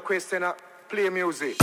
question, play music.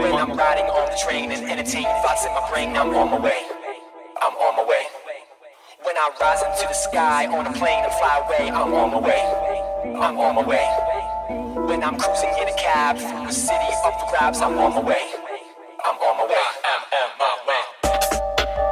train and entertain thoughts in my brain. I'm on my way. I'm on my way. When I rise into the sky on a plane and fly away, I'm on my way. I'm on my way. When I'm cruising in a cab through the city up for grabs, I'm on my way. I'm on my way. I'm on my way.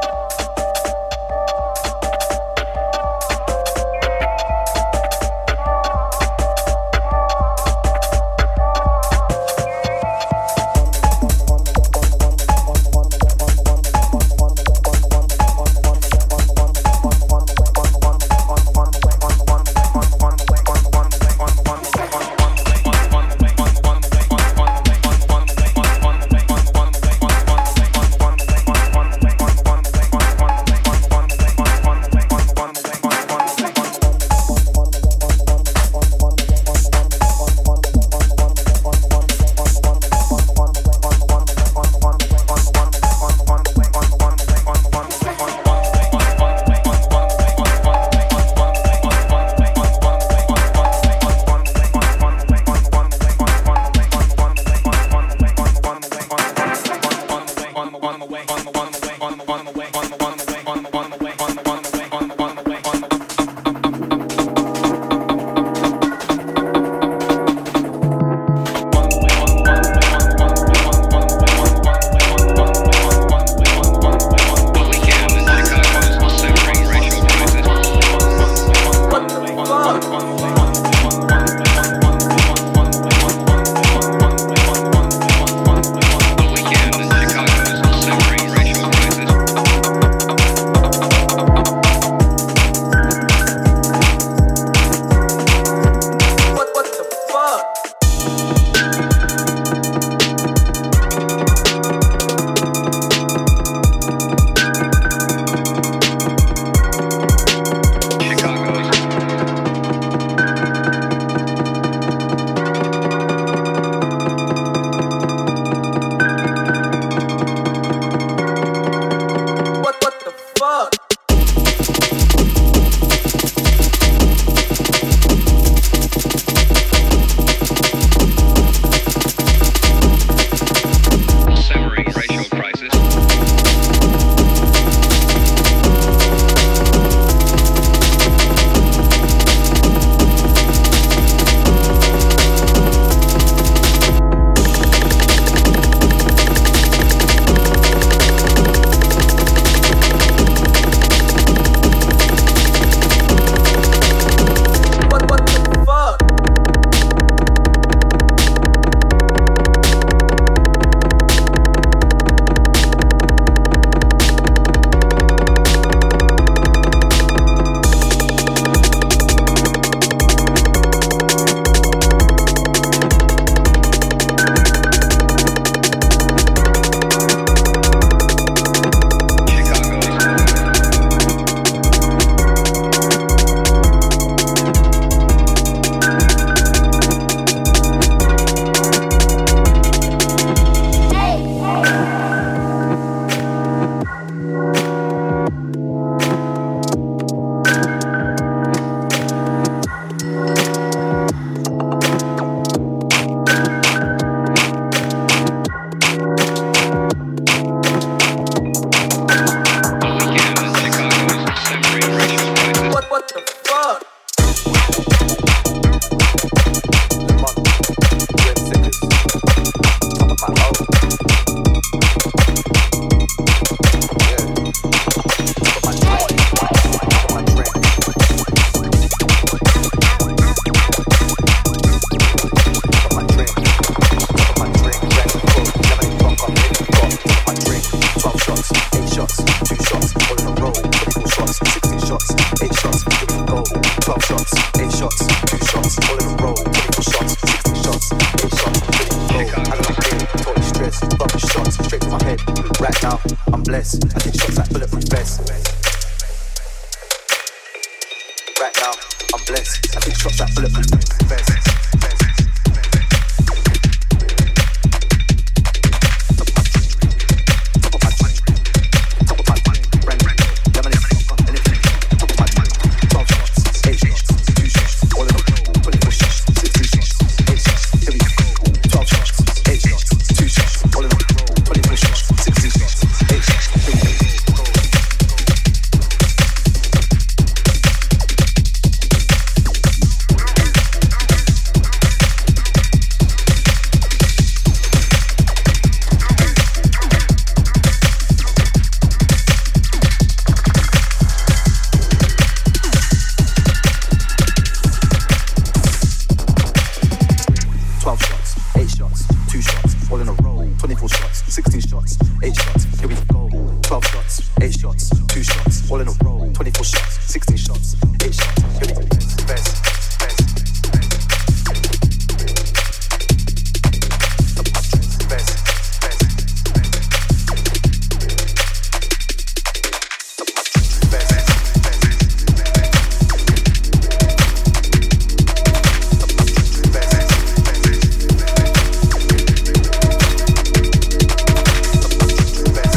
Eight shots, two shots, all in a row, 24 shots, shots, eight shots, here we go. 12 shots, eight shots, two shots, all in a row. 24 shots, 16 shots, eight shots, here we go. Best, best, best, best. Best.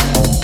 Cheers.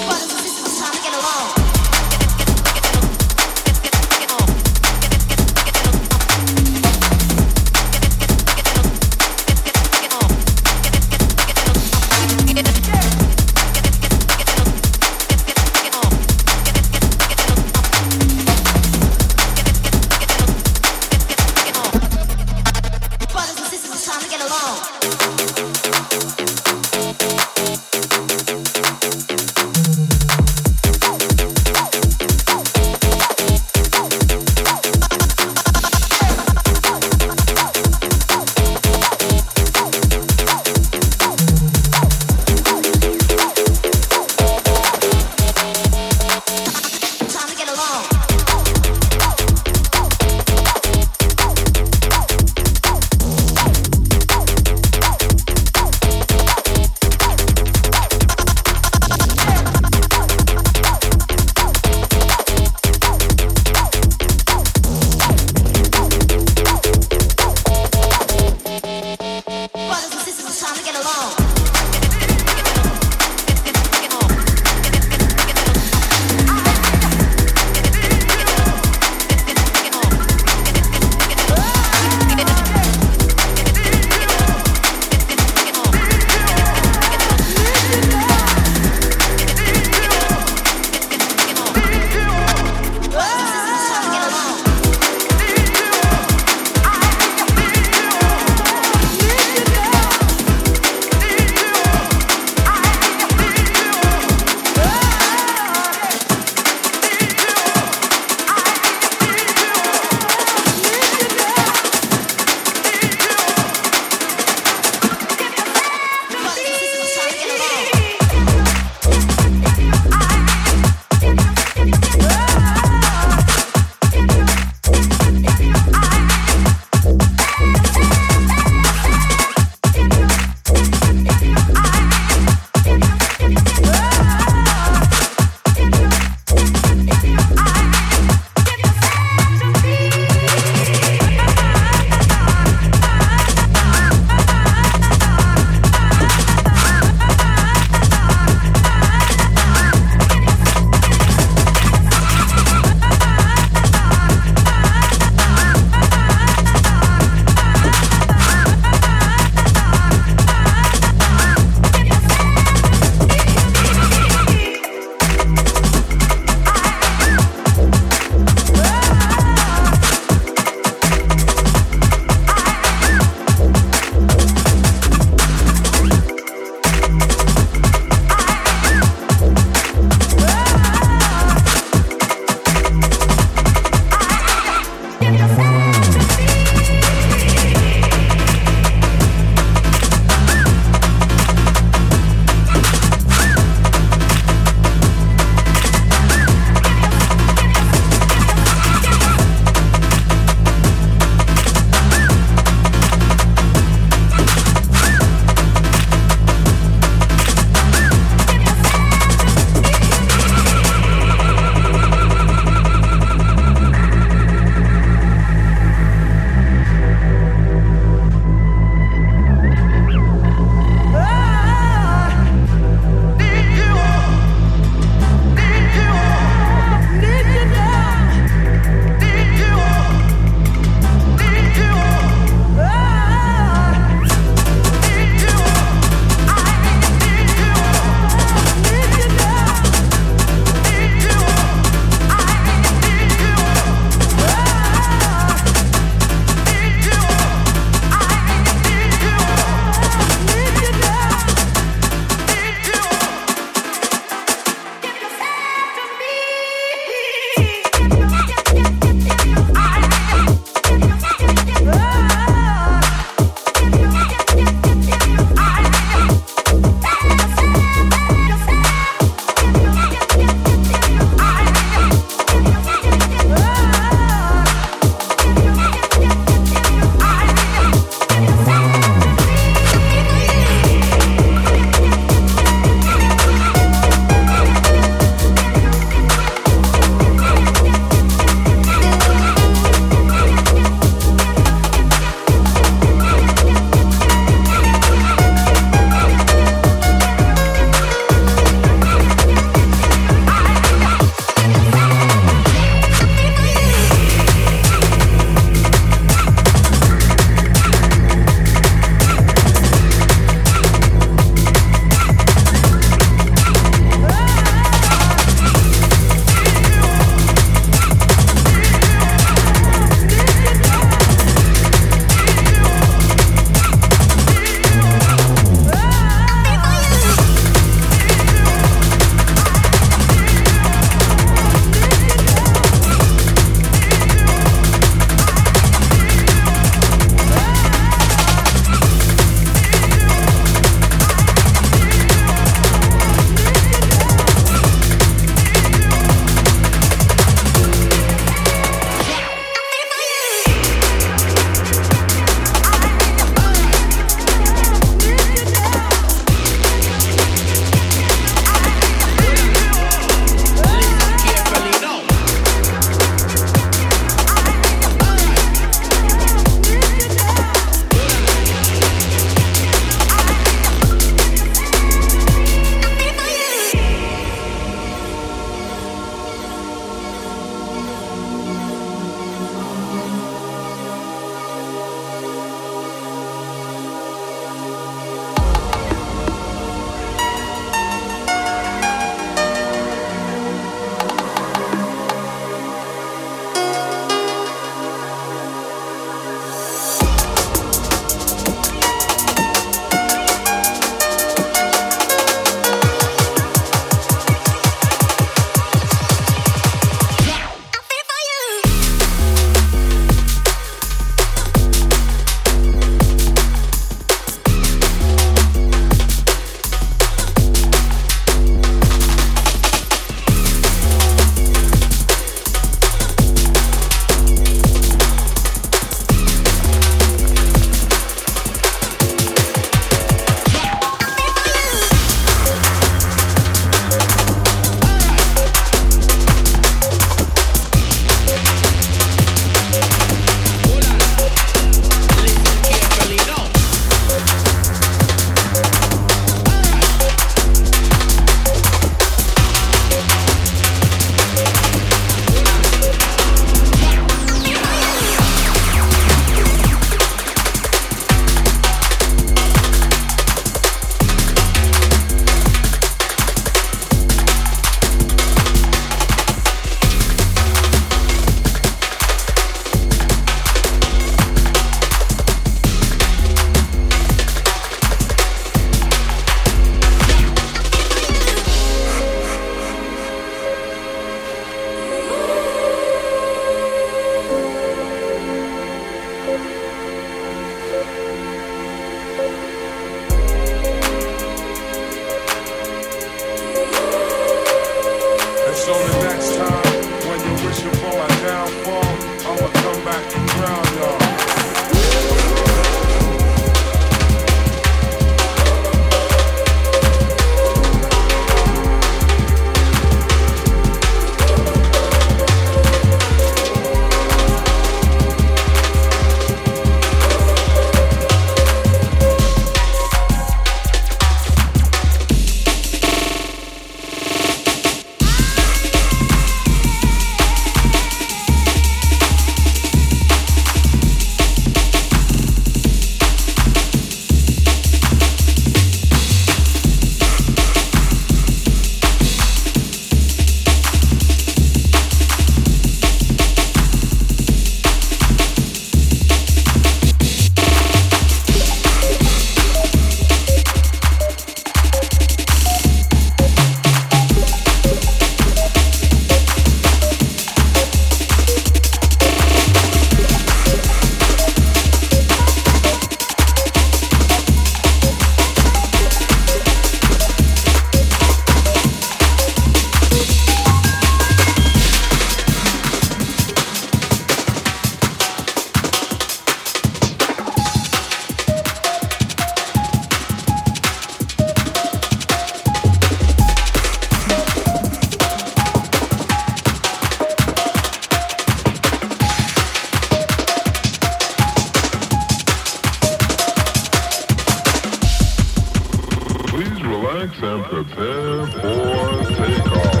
prepare for takeoff.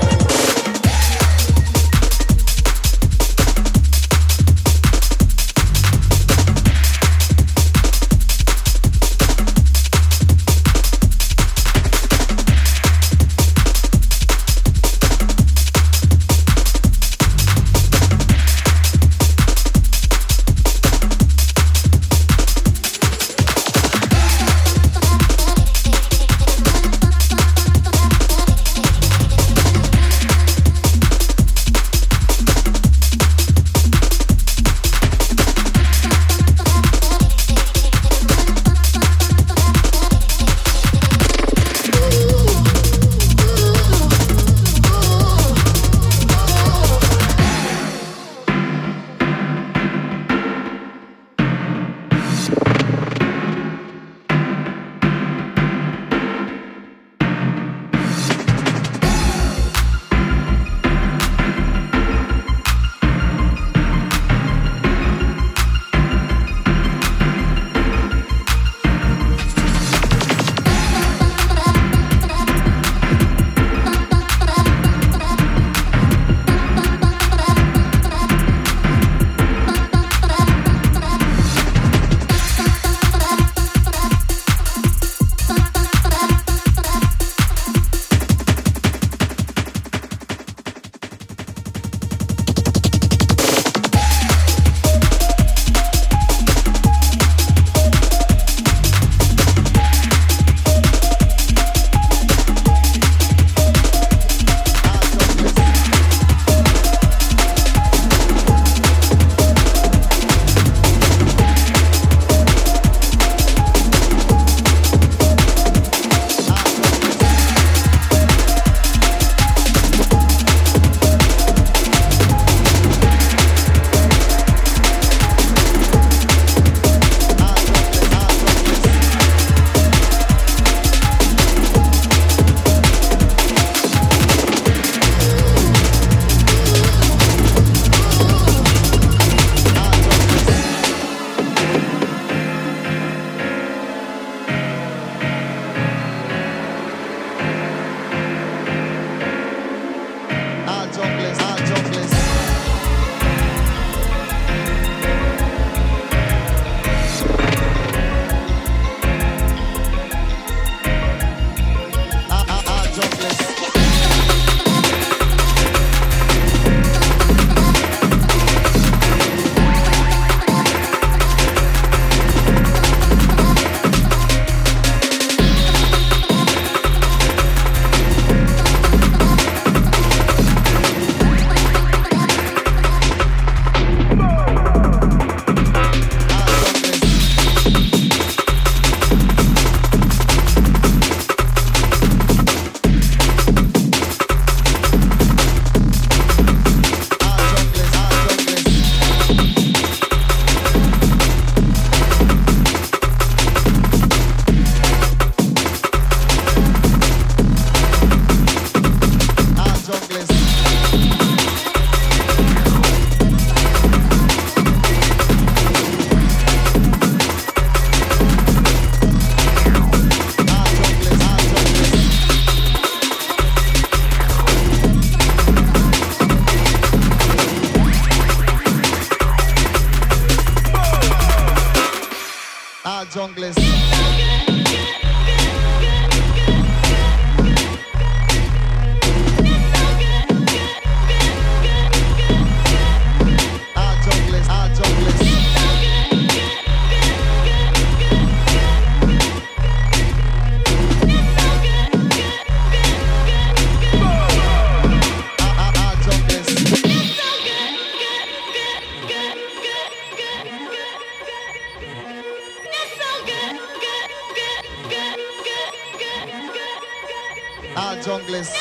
Our junglers.